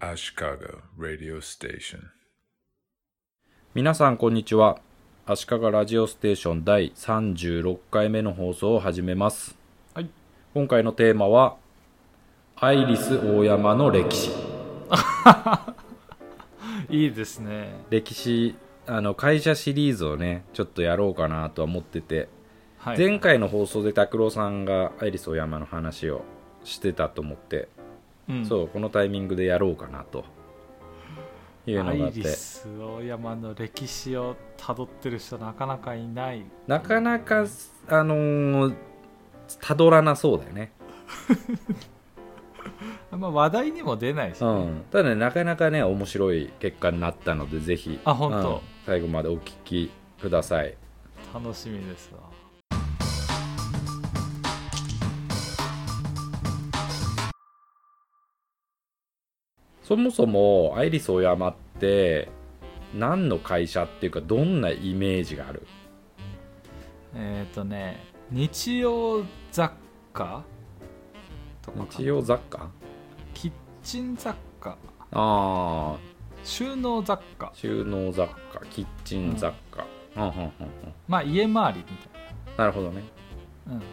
Aloha Chicago Radio Station. 皆さんこんにちは足利ラジオステーション第36回目の放送を始めます、はい、今回のテーマは「アイリス大山の歴史いいですね」歴史あの会社シリーズをねちょっとやろうかなとは思ってて、はい前回の放送で拓郎さんがアイリス大山の話をしてたと思って、うんそうこのタイミングでやろうかなというアのがあっイてリス大山の歴史をたどってる人なかなかいないなかなかあのーたどらなそうだよねあんま話題にも出ないし、うん、ただねなかなかね面白い結果になったのでぜひあ本当うん最後までお聞きください楽しみですわそもそもアイリスオーヤマって何の会社っていうかどんなイメージがあるえっ、とね日用雑貨とかかな日用雑貨キッチン雑貨ああ収納雑貨収納雑貨キッチン雑貨、うんうんうんうんまあ家周りみなるほどねたいな、うん、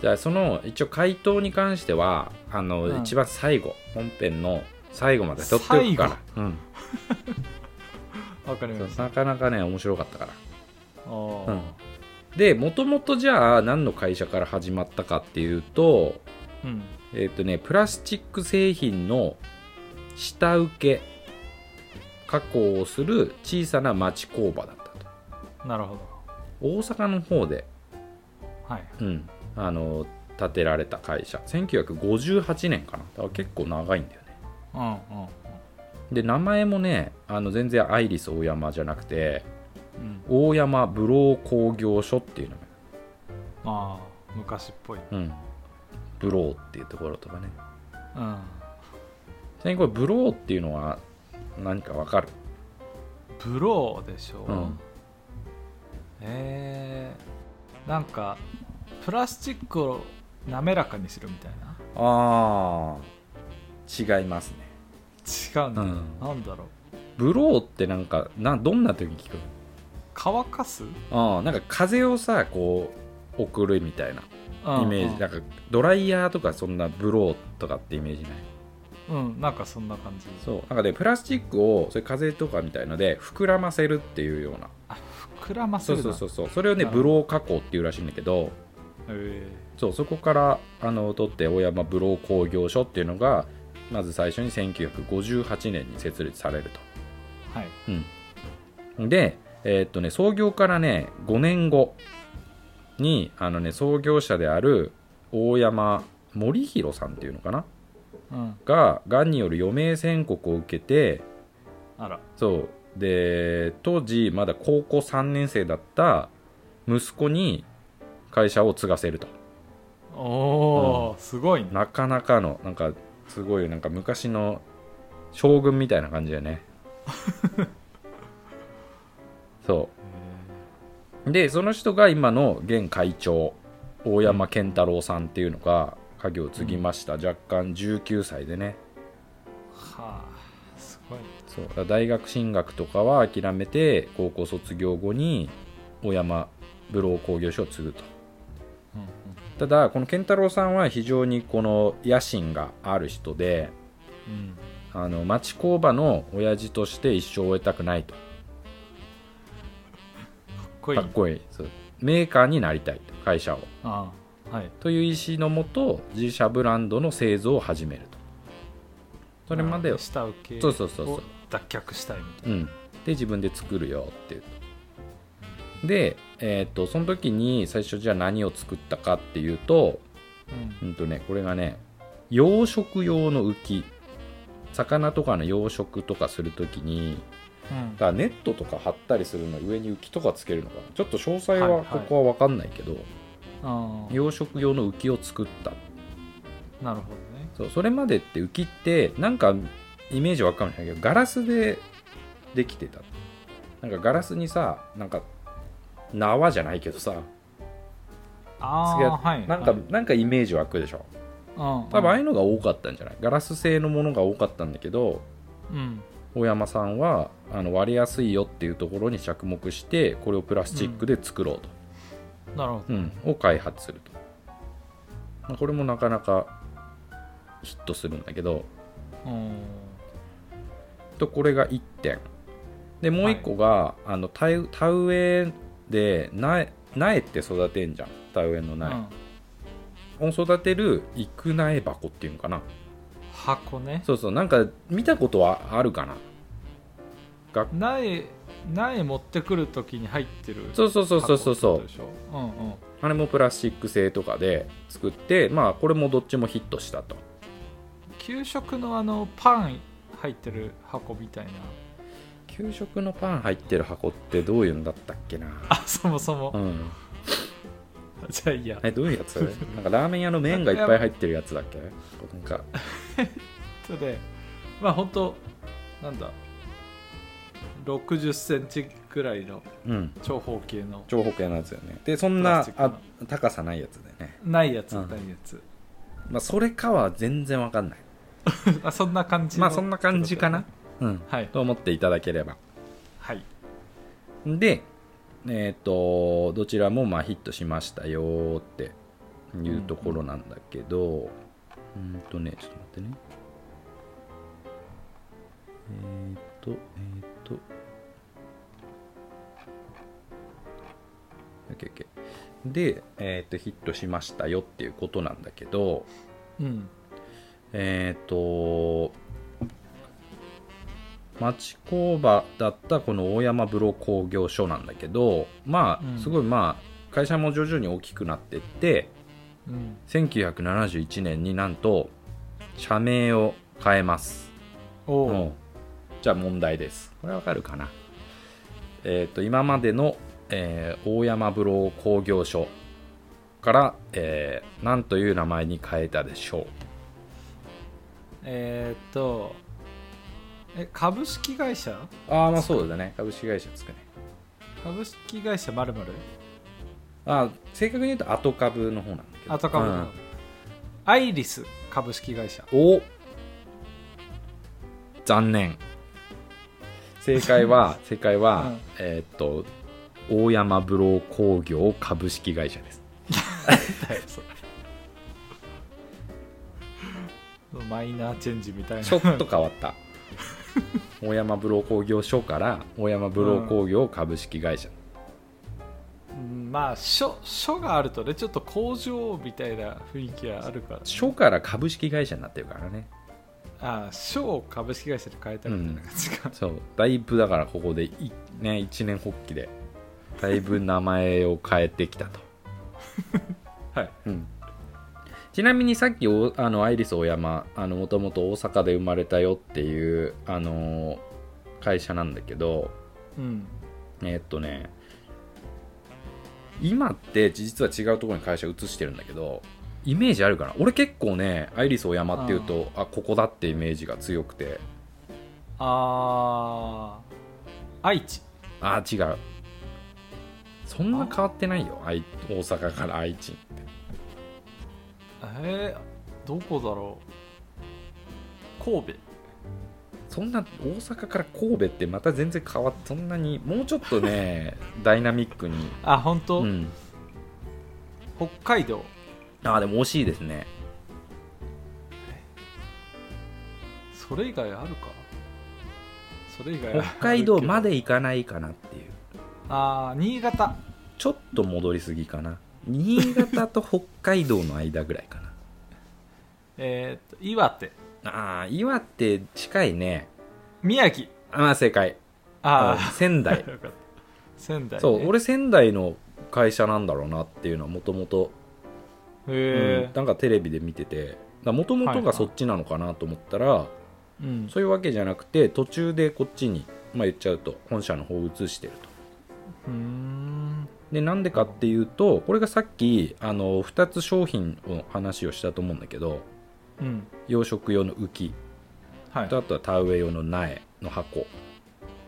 じゃあその一応回答に関してはあの、うん一番最後本編の最後まで取っておくからうんわかりそうましたなかなかね面白かったからおうーんでもともとじゃあ何の会社から始まったかっていうとうんえっ、とねプラスチック製品の下請け加工をする小さな町工場だったとなるほど大阪の方で、はいうん、あの建てられた会社1958年かなだから結構長いんだよねうんで名前もねあの全然アイリス大山じゃなくてうんうん大山ブロー工業所っていうのまあ昔っぽいうんブローっていうところとかねうんちなみにこれブローっていうのは何かわかるブローでしょうんえー、なんかプラスチックを滑らかにするみたいなああ違いますね、違うんうだ、ん、なんだろうブローってなんかなどんな時に聞く乾かすあーなんか風をさこう送るみたいなイメージ、なんかドライヤーとかそんなブローとかってイメージないうん、うん、なんかそんな感じそうなんかでプラスチックをそれ風とかみたいので膨らませるっていうような膨らまそせうるそうそううそうそれをねなブるほロー加工っていうらしいんだけどえそうそこからあの取って大山ブロー工業所っていうのがまず最初に1958年に設立されるーはいと、うん、で、えーっとね、創業からね5年後にあの、ね、創業者である大山森弘さんっていうのかなうんががんによる余命宣告を受けてあらそうで当時まだ高校3年生だった息子に会社を継がせるとおお、すごいねなかなかのなんかすごいなんか昔の将軍みたいな感じだよねそうでその人が今の現会長大山健太郎さんっていうのが家業を継ぎました、若干19歳でねはあすごいそうだから大学進学とかは諦めて高校卒業後に大山ブロー工業所を継ぐとうんうんただこの健太郎さんは非常にこの野心がある人でうんあの町工場の親父として一生を終えたくないとかっこいいかっこいいそうメーカーになりたいと会社をああはいという意思のもと自社ブランドの製造を始めるとそれまであ下請けそうそうそうそうを脱却したいみたいうん、で自分で作るよっていうとで、えー、とその時に最初じゃあ何を作ったかっていうと,、な、うんうんとね、これがね養殖用の浮き魚とかの養殖とかする時にうんだからネットとか張ったりするの上に浮きとかつけるのかなちょっと詳細はいははいここは分かんないけど、あ養殖用の浮きを作ったあなるほどねそうそれまでって浮きってなんかイメージわかんないけどガラスでできてたなんかガラスにさなんか縄じゃないけどさあつけあはいなんか、はいなんかイメージ湧くでしょうん多分ああいうのが多かったんじゃないガラス製のものが多かったんだけどうん大山さんはあの割れやすいよっていうところに着目してこれをプラスチックで作ろうと、なるほうんを開発すると、まあこれもなかなかヒットするんだけどどうんとこれが1点でもう1個が、あの田植田植えで苗苗って育てんじゃん田植えの苗、うをん育てる育苗箱っていうのかな箱ねそうそうなんか見たことはあるかな学苗苗持ってくるときに入ってるそうそうそうそうそうそ箱ってことうでしょうんうんあれもプラスチック製とかで作ってまあこれもどっちもヒットしたと給食のあのパン入ってる箱みたいな 給食のパン入ってる箱ってどういうのだったっけなあそもそもうんじゃあいいやえどういうやつなんかラーメン屋の麺がいっぱい入ってるやつだっけなんかそれでまあ本当なんだ6 0センチぐらいのうん長方形の長方形のやつだよねでそんプラなスチックあの高さないやつだよねないやつうんないやつまあそれかは全然わかんない あそんな感じのまあそんな感じかなうんはいと思っていただければはいで、えっとどちらもまあヒットしましたよーっていうところなんだけど、うん、とねちょっと待ってねえっ、とえっ、と OKOK で、えっとヒットしましたよっていうことなんだけどうんえっ、と町工場だったこの大山風呂工業所なんだけどまうんあすごいまあ会社も徐々に大きくなってってうん1971年になんと社名を変えますおうおんじゃあ問題ですこれわかるかなえっ、と今までの、えー大山風呂工業所から、えー、何という名前に変えたでしょうえーっとえ株式会社ああまあそうだね株式会社ですかね株式会社まるまるあ正確に言うと後株の方なんだけどあと株のアイリス株式会社うんお残念正解 は正解は、うんえーっと大山ブロー工業株式会社ですマイナーチェンジみたいなちょっと変わった 大山ブロー工業所から大山ブロー工業株式会社、うんまあ書書があるとねちょっと工場みたいな雰囲気があるから所から株式会社になってるからねああ書を株式会社で変えたみたいな感じか、そうだいぶだからここでい、ね、一年発起でだいぶ名前を変えてきた とはい、うん、ちなみにさっきおあのアイリス大山もともと大阪で生まれたよっていう、あのー会社なんだけどうん、えーっとね今って実は違うところに会社移してるんだけどイメージあるかな俺結構ねアイリス大山っていうとあここだってイメージが強くてああ愛知あー違うそんな変わってないよ愛大阪から愛知えー、どこだろう神戸そんな大阪から神戸ってまた全然変わってそんなにもうちょっとねダイナミックに、あ本当、うん、北海道ああでも惜しいですねそれ以外あるかそれ以外ある北海道まで行かないかなっていうああ新潟ちょっと戻りすぎかな新潟と北海道の間ぐらいかなえー、と岩手ああ岩手近いね宮城あまあ正解あうんあ、仙 台よかった仙台、ね、そう俺仙台の会社なんだろうなっていうのはもともとへうんなんかテレビで見ててもともはいとがはいそっちなのかなと思ったら、え、うん、そういうわけじゃなくて途中でこっちに、まあ、言っちゃうと本社の方を移してるとうーんでなんでかっていうとこれがさっきあの2つ商品の話をしたと思うんだけどうん養殖用の浮きはいとあとは田植え用の苗の箱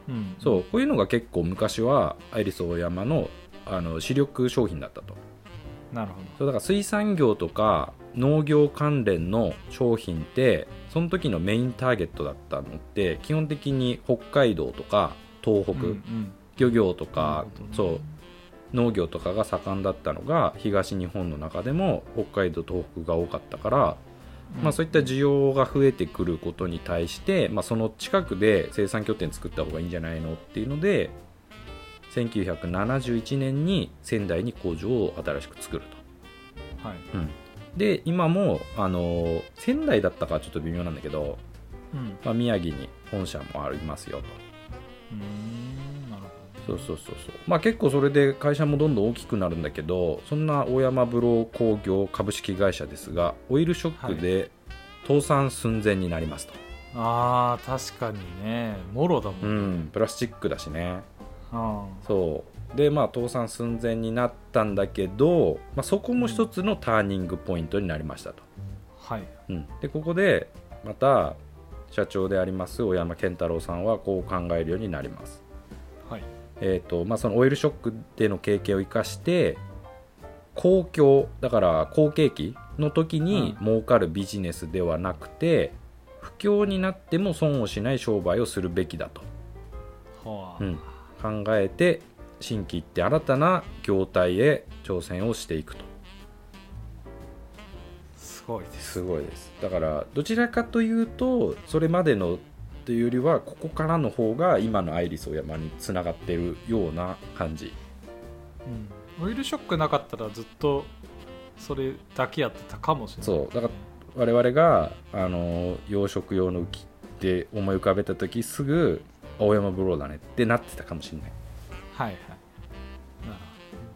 うんそうこういうのが結構昔はアイリスオーヤマのあの主力商品だったとなるほどそうだから水産業とか農業関連の商品ってその時のメインターゲットだったのって基本的に北海道とか東北、うん漁業とか、なるほどねそう農業とかが盛んだったのが東日本の中でも北海道東北が多かったから、うんまあ、そういった需要が増えてくることに対して、まあ、その近くで生産拠点作った方がいいんじゃないのっていうので1971年に仙台に工場を新しく作ると。はいで今も、あの仙台だったかちょっと微妙なんだけど、うんまあ、宮城に本社もありますよとうーんなるほそうそうそうそうまあ結構それで会社もどんどん大きくなるんだけどそんな大山ブロー工業株式会社ですがオイルショックで倒産寸前になりますと、どあー確かにねもろだもん、うんプラスチックだしねあそうでまあ倒産寸前になったんだけど、まあ、そこも一つのターニングポイントになりましたと、ーはいうん、でここでまた社長であります大山健太郎さんはこう考えるようになりますはいえーとまあ、そのオイルショックでの経験を生かして公共だから好景気の時にう儲かるビジネスではなくて、不況になっても損をしない商売をするべきだとはうあ、ん考えて新規って新たな業態へ挑戦をしていくとすごいですすごいですだからどちらかというとそれまでのというよりはここからの方が今のアイリスオーヤマにつながっているような感じうん、オイルショックなかったらずっとそれだけやってたかもしれないそうだから我々があの養殖用の浮きって思い浮かべた時すぐ青山ブローだねってなってたかもしれないはいはいなる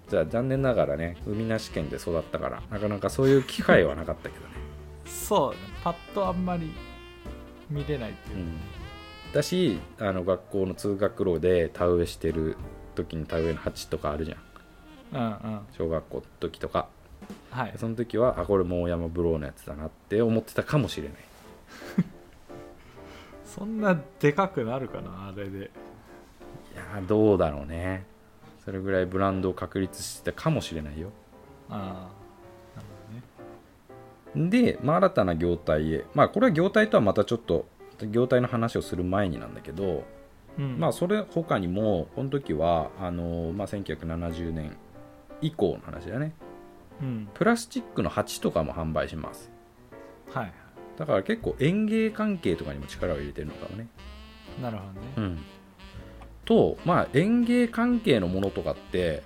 じゃあ残念ながらね海なし県で育ったからなかなかそういう機会はなかったけどね、ほどそうだねパッとあんまり見れないっていうう、ん、だしあの学校の通学路で田植えしてる時に田植えの鉢とかあるじゃんうん、うんうん小学校の時とかはいその時はあこれも大山ブローのやつだなって思ってたかもしれないそんなでかくなるかなあれでいやーどうだろうねそれぐらいブランドを確立してたかもしれないよああなるほどねで、まあ、新たな業態へ、まあ、これは業態とはまたちょっと業態の話をする前になんだけど、うんまあ、それ他にもこの時はあの、まあ、1970年以降の話だねうんプラスチックの鉢とかも販売しますはいはだから結構園芸関係とかにも力を入れてるのかもねいなるほどね、うんとまあ園芸関係のものとかって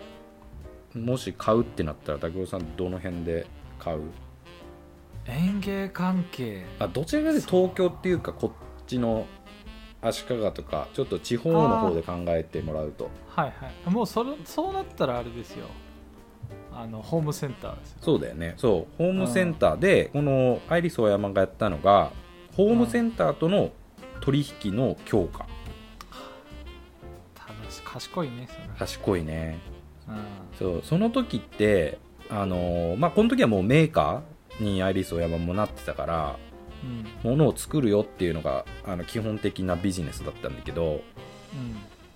もし買うってなったら拓郎さんどの辺で買う園芸関係あどちらかで東京っていうかこっちの足利とかちょっと地方の方で考えてもらうとはいはいもうそれそうなったらあれですよあのホームセンターですよそうだよねそうホームセンターでこのアイリスオーヤマがやったのがホームセンターとの取引の強化楽しい賢いねそれ、賢いねうんそうその時ってあのーまあこの時はもうメーカーにアイリスオーヤマもなってたからうん物を作るよっていうのがあの基本的なビジネスだったんだけど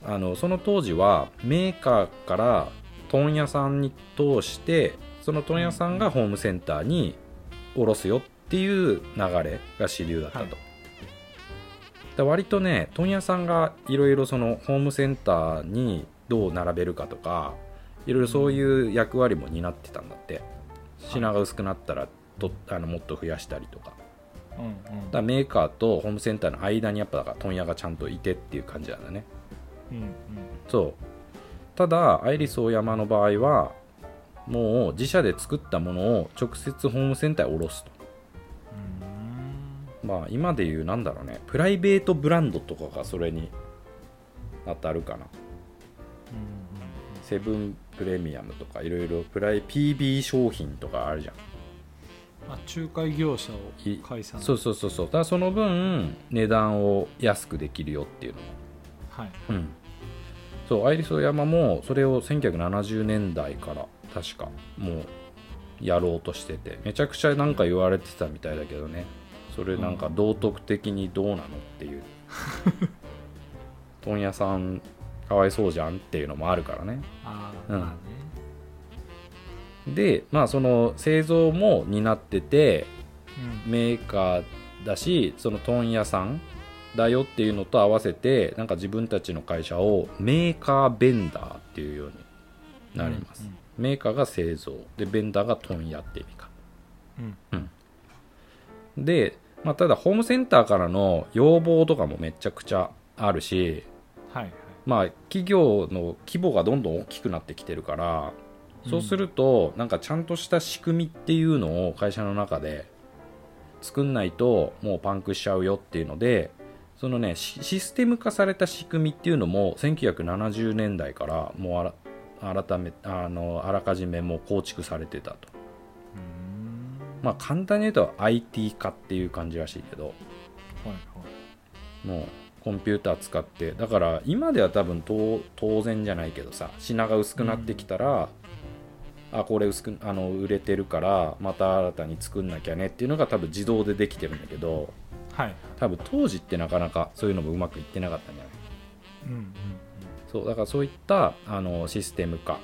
うんあのその当時はメーカーから問屋さんに通してその問屋さんがホームセンターに卸すよっていう流れが主流だったと、はいだから割とね問屋さんがいろいろそのホームセンターにどう並べるかとかいろいろそういう役割も担ってたんだって品が薄くなったらとあのもっと増やしたりとかうんうんだからメーカーとホームセンターの間にやっぱだから問屋がちゃんといてっていう感じなんだねうんうんそうただアイリスオーヤマの場合はもう自社で作ったものを直接ホームセンターへ卸すとまあ今でいうなんだろうねプライベートブランドとかがそれに当たるかなセブンプレミアムとかいろいろプライ PB 商品とかあるじゃんまあ、仲介業者をい解散そうそうそうそうだからその分値段を安くできるよっていうのもはいうんそうアイリスオーヤマもそれを1970年代から確かもうやろうとしててめちゃくちゃなんか言われてたみたいだけどねそれなんか道徳的にどうなのっていう問屋さんかわいそうじゃんっていうのもあるからねああ、うんまあねで、まあ、その製造も担っててメーカーだしその問屋さんだよっていうのと合わせてなんか自分たちの会社をメーカーベンダーっていうようになります、メーカーが製造でベンダーが問屋って意味かうんで、まあ、ただホームセンターからの要望とかもめちゃくちゃあるしはいはいまあ、企業の規模がどんどん大きくなってきてるからそうすると、なんかちゃんとした仕組みっていうのを会社の中で作んないともうパンクしちゃうよっていうのでそのねシシステム化された仕組みっていうのも1970年代からもうあら改めあのあらかじめもう構築されてたと、うーんまあ、簡単に言うと IT 化っていう感じらしいけどはいはいもうコンピューター使ってだから今では多分と当然じゃないけどさ品が薄くなってきたら、あこれ薄くあの売れてるからまた新たに作んなきゃねっていうのが多分自動でできてるんだけどはい多分当時ってなかなかそういうのもうまくいってなかったんじゃないうんうんそうだからそういったあのシステム化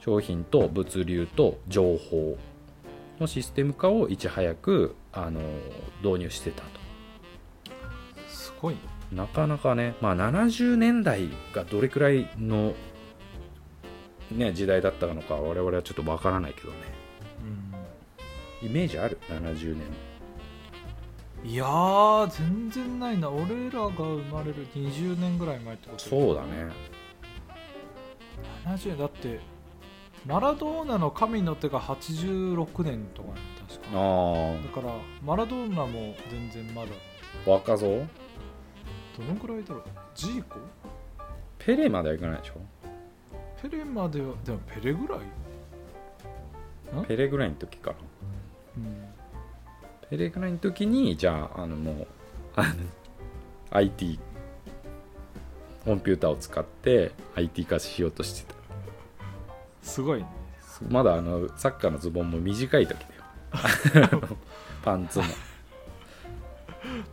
商品と物流と情報のシステム化をいち早くあの導入してたと。うんすごいなかなかね、まあ、70年代がどれくらいの、ね、時代だったのか我々はちょっとわからないけどねうイメージある70年んいやー全然ないな俺らが生まれる20年ぐらい前ってことそうだね70だってマラドーナの神の手が86年とかね確かあだからマラドーナも全然まだあ若造どのくらいだろうジーコペレまではいかないでしょペレまではでもペレぐらい、ペレぐらいの時かなうん、ペレぐらいの時にじゃああのもうあの IT コンピューターを使って IT 化しようとしてたすごいねまだあのサッカーのズボンも短い時だよ パンツも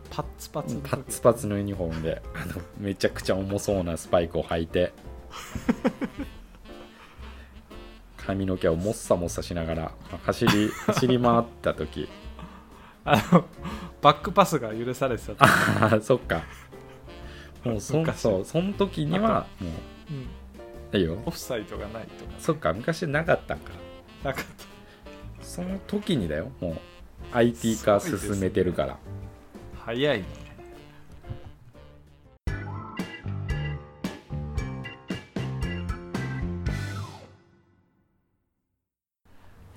パッツパツの時パッツパツのユニフォームであのめちゃくちゃ重そうなスパイクを履いて髪の毛をもっさもっさしながら走り走り回った時あのバックパスが許されてた時ああそっかもうそん昔そうその時にはもううんいいよオフサイドがないとかそっか昔なかったんかなかっその時にだよもう IT 化すごいですね進めてるから、た早いね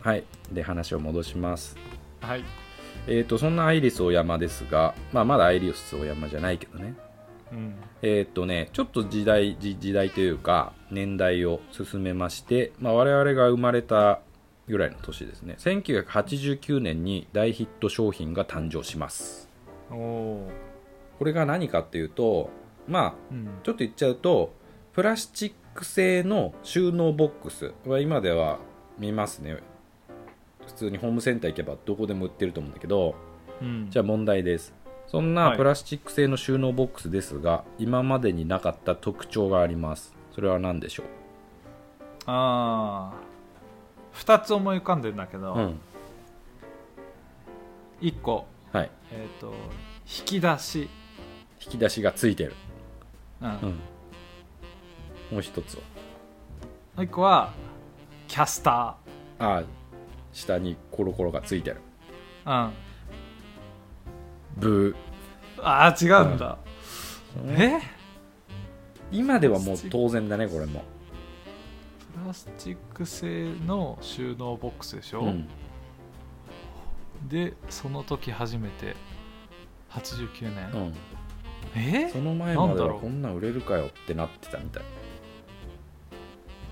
はいで話を戻しますはいえー、とそんなアイリスオーヤマですが、まあ、まだアイリスオーヤマじゃないけどねうんえーっとね、ちょっと時代時時代というか年代を進めまして、まあ、我々が生まれたぐらいの年ですね1989年に大ヒット商品が誕生しますおおこれが何かっていうとまあうんちょっと言っちゃうとプラスチック製の収納ボックスは今では見ますね普通にホームセンター行けばどこでも売ってると思うんだけどうんじゃあ問題ですそんなはいプラスチック製の収納ボックスですが、今までになかった特徴がありますそれは何でしょああ2つ思い浮かんでんだけうど、うん1個はいえっ、と引き出し、引き出しがついてるうんうんもう一つはもう1個はキャスタあー下にコロコロがついてるー、うん、ブああ違うんだ、ーえ今ではもう当然だねこれも、プラスチック製の収納ボックスでしょ、うん、でその時初めて89う年、ん、えその前まなんでだはろうこんなん売れるかよってなってたみたい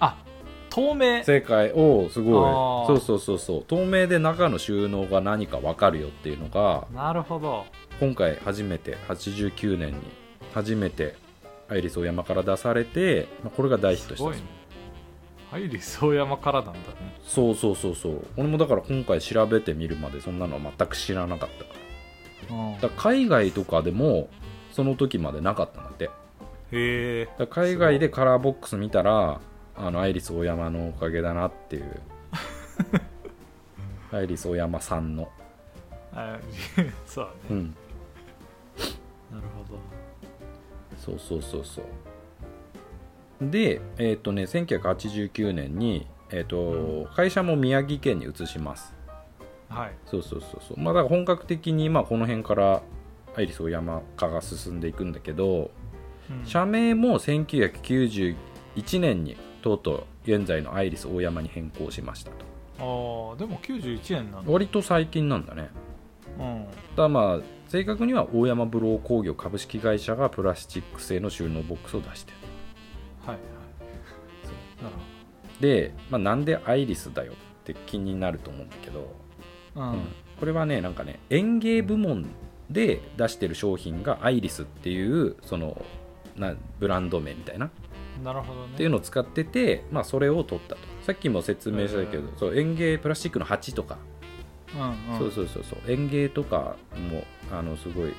あ透明正解おおすごあーいそうそうそうそう透明で中の収納が何か分かるよっていうのがなるほど今回初めて89年に初めてアイリスオーヤマから出されてまあこれが大ヒッすトしたんごでいすねはい理想山からなんだねそうそうそうそう俺もだから今回調べてみるまでそんなのは全く知らなかったうんだから海外とかでもその時までなかったんだってへえだから海外でカラーボックス見たらあのアイリスオーヤマのおかげだなっていうアイリス・オーヤマさんの。あ そううね、ん。なるほどそうそうそうそうでえっ、とね1989年に、えーと会社も宮城県に移しますはいそうそうそうそうまあだから本格的にまあこの辺からアイリスオーヤマ化が進んでいくんだけどうん社名も1991年にとうとう現在のアイリスオーヤマに変更しましたとあーでも91円なの割と最近なんだねうんただまあ正確には大山ブロー工業株式会社がプラスチック製の収納ボックスを出してるはいはいなるで、まあ、なんでアイリスだよって気になると思うんだけど、ほどううんんこれはねなんかね園芸部門で出してる商品がアイリスっていうそのなブランド名みたいなっなるほどねていうのを使ってて、まあ、それを取ったとさっきも説明したけど、へーそう園芸プラスチックの鉢とか、うんうん、そうそうそうそう園芸とかもあのすごい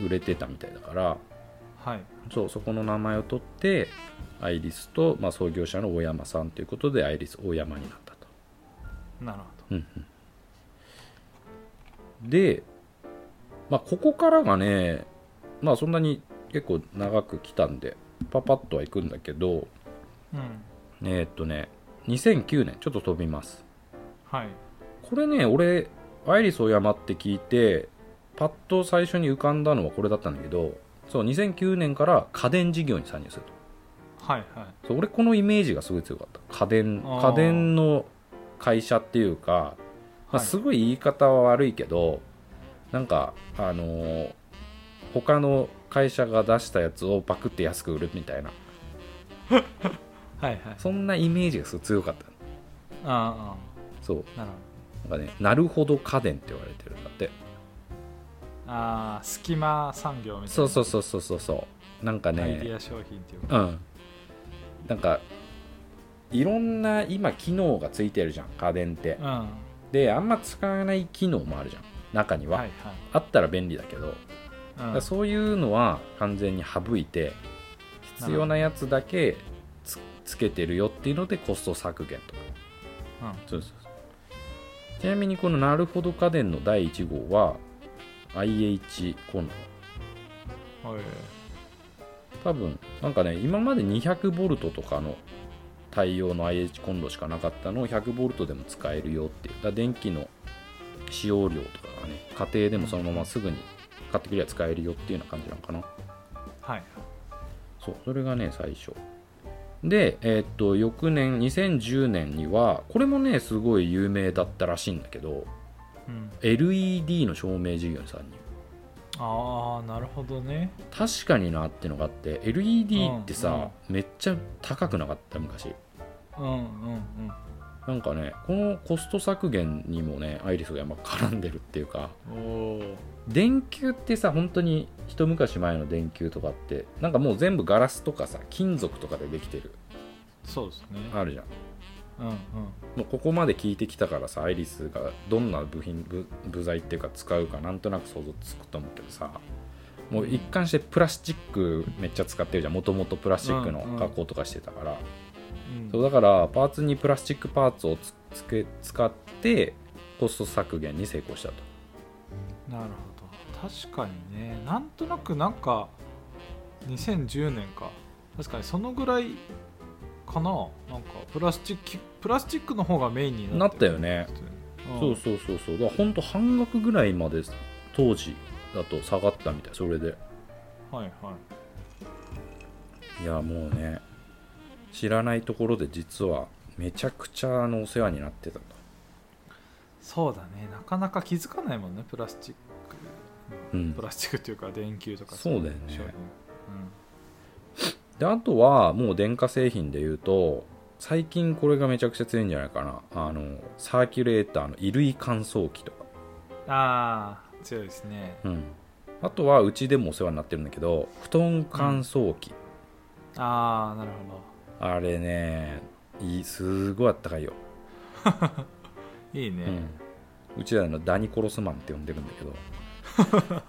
売れてたみたいだからはいそうそこの名前を取ってアイリスと、まあ、創業者の大山さんということでアイリス大山になったと。なるほうんうんで、まあ、ここからがね、まあ、そんなに結構長く来たんで、パパッとはいくんだけど、どうんえーっとね、2009年、ちょっと飛びます。はいこれね、俺、アイリスオーヤマって聞いて、パッと最初に浮かんだのはこれだったんだけど、そう、2009年から家電事業に参入するはいはいと。そう俺、このイメージがすごい強かった。家電、あー家電の会社っていうか、まあ、はいすごい言い方は悪いけど、なんかあのー他の会社が出したやつをバクって安く売るみたいなはいはいそんなイメージがすごい強かったあそうあなるほなんかねなるほど家電って言われてるんだってどああ隙間産業みたいなそうそうそうそうそうそうなんかアイデねィア商品っていうかうんなんかいろんな今機能がついてるじゃん家電ってうんはであんま使わない機能もあるじゃん中にいは、はいあったら便利だけどうだんからそういうのは完全に省いて必要なやつだけつつけてるよっていうのでコスト削減とかうんそうそうそうちなみにこのなるほど家電の第1号は IH コンロおい多分なんかね今まで200ボルトとかの対応の IH コンロしかなかったのを100ボルトでも使えるよっていうだから電気の使用量とかがね家庭でもそのまますぐに買ってくりゃ使えるよっていうような感じなのかなはいそうそれがね最初でえーっと翌年2010年にはこれもねすごい有名だったらしいんだけどうん、 LED の照明事業に参入ああなるほどね確かになってのがあって LED ってさ、めっちゃ高くなかった昔うんうんうんなんかねこのコスト削減にもねアイリスがまあ絡んでるっていうかおー電球ってさ本当に一昔前の電球とかってなんかもう全部ガラスとかさ金属とかでできてるそうですねあるじゃんうんうんもうここまで聞いてきたからさアイリスがどんな部品部部材っていうか使うかなんとなく想像つくと思うけどさもう一貫してプラスチックめっちゃ使ってるじゃんもともとプラスチックのうんうん加工とかしてたから、うんそうだからパーツにプラスチックパーツをつつけ使ってコスト削減に成功したとなるほど確かにねなんとなくなんか2010年か確かにそのぐらいかななんかプラスチックプラスチックの方がメインにななっったてよねそそうそうそうそうだからほんと半額ぐらいまで当時だと下がったみたいそれではいはいいやもうね知らないところで実はめちゃくちゃあのお世話になってたとそうだねなかなか気づかないもんねプラスチッうクんプ、ラスチックっていうか電球とかそうだよね商品であとはもう電化製品で言うと最近これがめちゃくちゃ強いんじゃないかなあのサーキュレーターの衣類乾燥機とか、うん、ああ強いですねうん、あとはうちでもお世話になってるんだけど布団乾燥機、ああなるほあれねいいすごいあったかいよ、どいいね、うん、うちらのダニコロスマンって呼んでるんだけど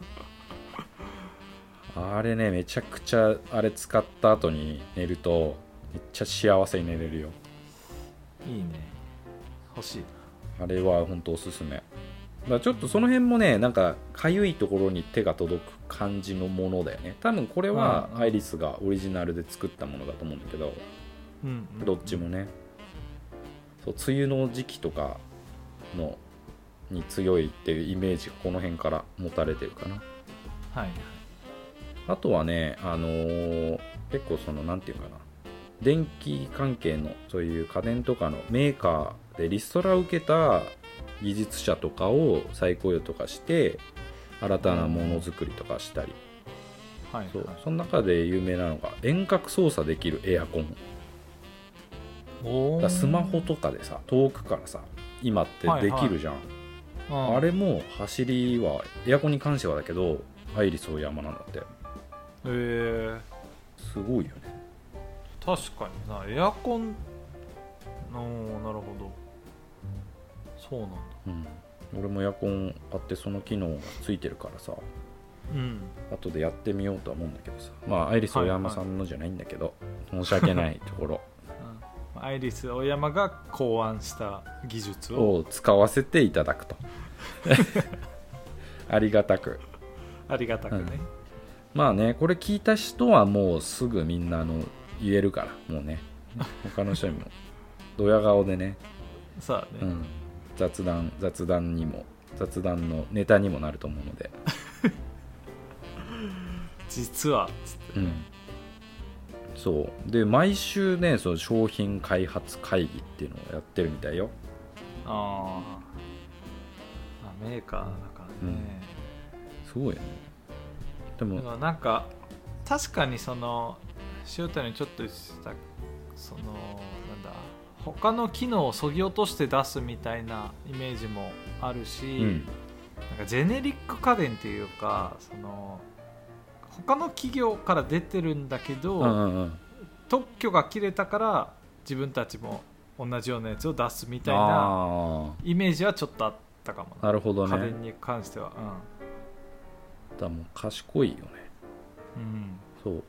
あれねめちゃくちゃあれ使った後に寝るとめっちゃ幸せに寝れるよいいね欲しいあれは本当おすすめだからちょっとその辺もねなんかかゆいところに手が届く感じのものだよね多分これはうんアイリスがオリジナルで作ったものだと思うんだけどうんうんどっちもねそう梅雨の時期とかのに強いっていうイメージがこの辺から持たれてるかなはいあとはね、あのー結構その、なんていうかな、電気関係の、そういう家電とかのメーカーでリストラを受けた技術者とかを再雇用とかして、新たなものづくりとかしたり、はいそうはいその中で有名なのが、遠隔操作できるエアコン。おだーからスマホとかでさ、遠くからさ、今ってできるじゃん。うんあれも走りは、エアコンに関してはだけど、アイリスオーヤマなんだって。えー、すごいよね。確かになエアコンおーなるほどそうなんだうん、俺もエアコン買ってその機能がついてるからさうん後でやってみようとは思うんだけどさまあアイリス大山さんのじゃないんだけど、申し訳ないところうんアイリスオーヤマが考案した技術をを使わせていただくと ありがたくありがたくね、まあねこれ聞いた人はもうすぐみんなあの言えるからもうね他の人にもドヤ顔でね、さあうね、ん、雑談雑談にも雑談のネタにもなると思うので実はつってね、そうで毎週ねその商品開発会議っていうのをやってるみたいよあーあメーカーだからね、すごいよねででももなんか確かにその塩谷にちょっと言ってたそのなんだ他の機能をそぎ落として出すみたいなイメージもあるし、うんなんかジェネリック家電っていうかその他の企業から出てるんだけど、うんうんうん特許が切れたから自分たちも同じようなやつを出すみたいなあイメージはちょっとあったかもあなるほど家ね電に関してはだからもう賢いよねうん、うん、そう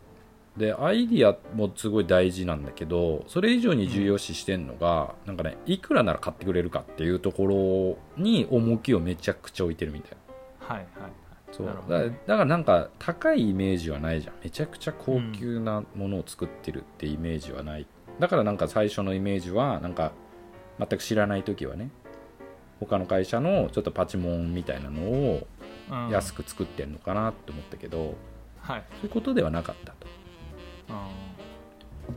でアイディアもすごい大事なんだけどそれ以上に重要視してんのが、なんかねいくらなら買ってくれるかっていうところに重きをめちゃくちゃ置いてるみたいはいはいそうなだるかほどらねだからなんか高いイメージはないじゃんめちゃくちゃ高級なものを作ってるってイメージはない、だからなんか最初のイメージはなんか全く知らない時はね他の会社のちょっとパチモンみたいなのをはい、うん、安く作ってんのかなって思ったけど、はい、そういうことではなかったとうん、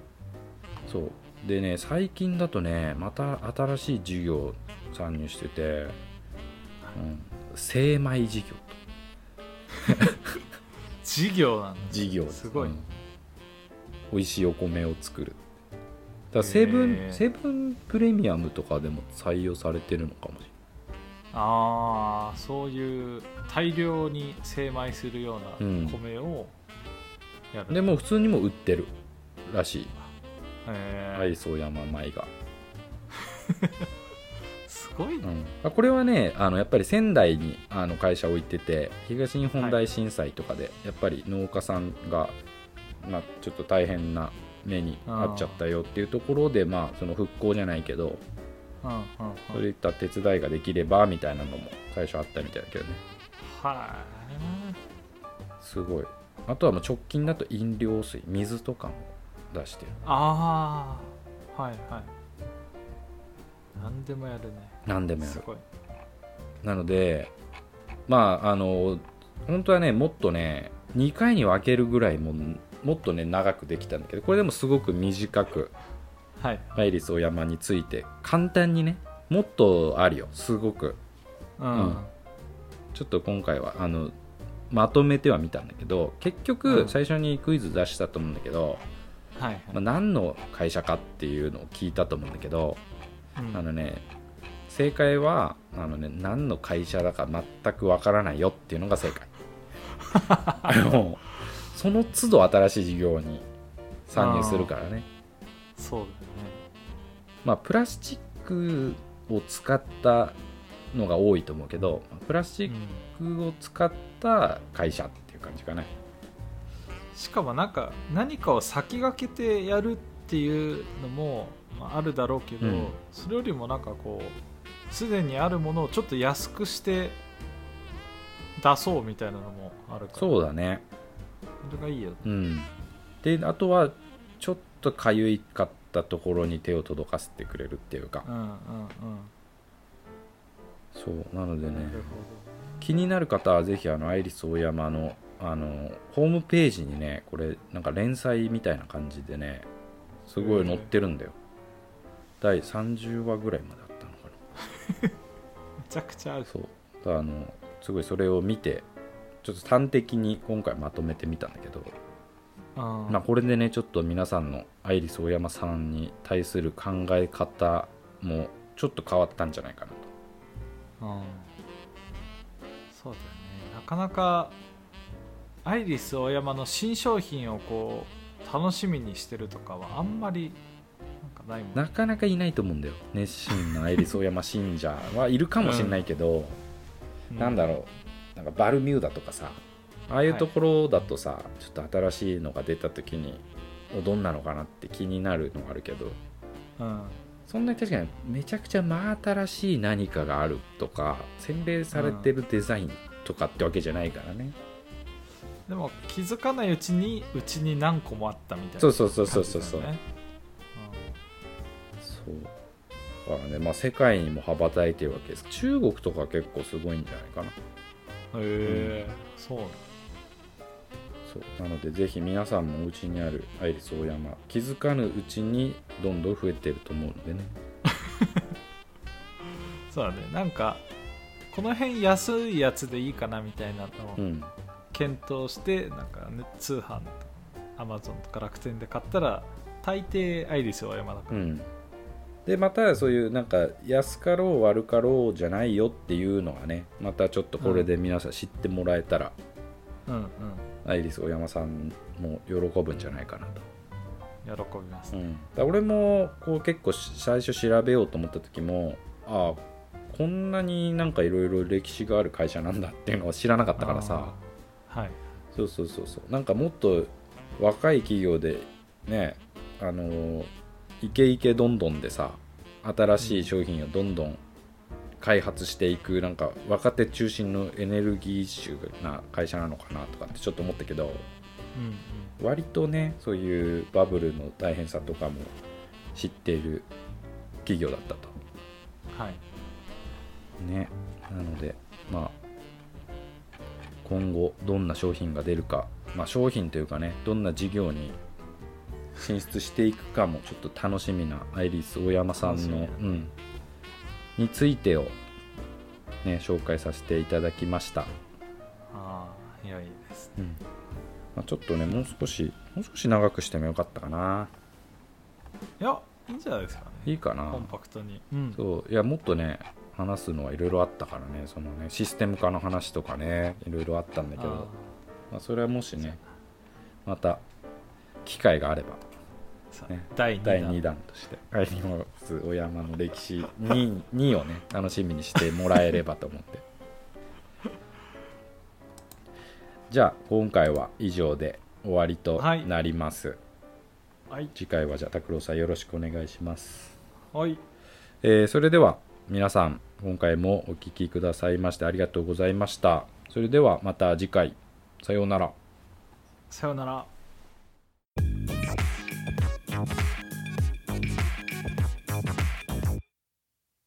そうでね最近だとねまた新しい事業参入してて、うん、精米事業と事業なんだ事業すごいうん美味しいお米を作るだからセブン、へーセブンプレミアムとかでも採用されてるのかもしああそういう大量に精米するよううなん米をやれる、ないでも普通にもう売ってるらしいへーアイスオヤマ米が、すごいねうんあこれはねあのやっぱり仙台にあの会社置いてて東日本大震災とかでやっぱり農家さんが、まあ、ちょっと大変な目に遭っちゃったよっていうところでまあその復興じゃないけどうんうんそううんいった手伝いができればみたいなのも最初あったみたいだけどねはいすごいあとはもう直近だと飲料水水とかも出してるああはいはい何でもやるね何でもやするごいなのでまああの本当はねもっとね2回に分けるぐらいももっとね長くできたんだけどこれでもすごく短くはいアイリスオーヤマについて簡単にねもっとあるよすごくうん、うんちょっと今回はあのまとめてはみたんだけど結う局ん最初にクイズ出したと思うんだけど、はいはい、まあ、何の会社かっていうのを聞いたと思うんだけど、うんあのね正解はあの、ね、何の会社だか全くわからないよっていうのが正解あのその都度新しい事業に参入するからねそうだよねまあプラスチックを使ったのが多いと思うけどプラスチッうんクを使った会社っていう感じかな、しかもなんか何かを先駆けてやるっていうのもまああるだろうけど、うんそれよりもなんかこうすでにあるものをちょっと安くして出そうみたいなのもあるからそうだねそれがいいようんであとはちょっとかゆいかったところに手を届かせてくれるっていうかうんうんうんそうなのでねなる気になる方はぜひあのアイリスオーヤマのあのホームページにねこれなんか連載みたいな感じでねすごい載ってるんだよ第30話ぐらいまであったのかほどめちゃくちゃ合うなそうだからあのすごいそれを見てちょっと端的に今回まとめてみたんだけど、うんまあ、これでねちょっと皆さんのアイリスオーヤマさんに対する考え方もちょっと変わったんじゃないかなとうんそうだよねなかなかアイリスオーヤマの新商品をこう楽しみにしてるとかはあんまりなんかないもんねなかなかいないと思うんだよ熱心なアイリスオーヤマ信者はいるかもしれないけど、うなんだろうなんかバルミューダとかさああいうところだとさ、ちょっと新しいのが出た時におどんなのかなって気になるのがあるけどうんそんなに確かにめちゃくちゃ真新しい何かがあるとか洗練されてるデザインとかってわけじゃないからね、でも気づかないうちにうちに何個もあったみたいなそうそうそうそうそうそう、感じそうだからね、まあ、世界にも羽ばたいてるわけです中国とか結構すごいんじゃないかなだよねうんへえそうだそうなのでぜひ皆さんもお家にあるアイリスオーヤマ気づかぬうちにどんどん増えてると思うのでねそうだねなんかこの辺安いやつでいいかなみたいなうのをん検討して、なんか、ね、通販とアマゾンとか楽天で買ったら大抵アイリスオーヤマだから、うんでまたそういうなんか安かろう悪かろうじゃないよっていうのがねまたちょっとこれで皆さん知ってもらえたら、うんうんアイリスオーヤマさんも喜ぶんじゃないかなと、喜びます、うん、だから俺もこう結構し最初調べようと思った時もああこんなになんかいろいろ歴史がある会社なんだっていうのは知らなかったからさあーはいそうそうそうそうなんかもっと若い企業でねあのーイケイケどんどんでさ新しい商品をどんどん開発していくなんか若手中心のエネルギッシュな会社なのかなとかってちょっと思ったけどうんうん割とねそういうバブルの大変さとかも知っている企業だったとはいねなのでまあ今後どんな商品が出るか、まあ、商品というかねどんな事業に進出していくかもちょっと楽しみなアイリス大山さんの、楽しうん、についてを、ね、紹介させていただきました、ああいやいいですねうんまあ、ちょっとねもう少しもう少し長くしてもよかったかないやいいんじゃないですかねいいかなコンパクトに、うんそういやもっとね話すのはいろいろあったからねそのねシステム化の話とかねいろいろあったんだけどあまあ、それはもしねまた機会があればーさね第2第弾2弾として「アイリモスお山の歴史2」2をね楽しみにしてもらえればと思って じゃあ今回は以上で終わりとなります、はい次回はじゃあ拓郎さんよろしくお願いしますはいえーそれでは皆さん今回もお聴きくださいましてありがとうございましたそれではまた次回さようならさようなら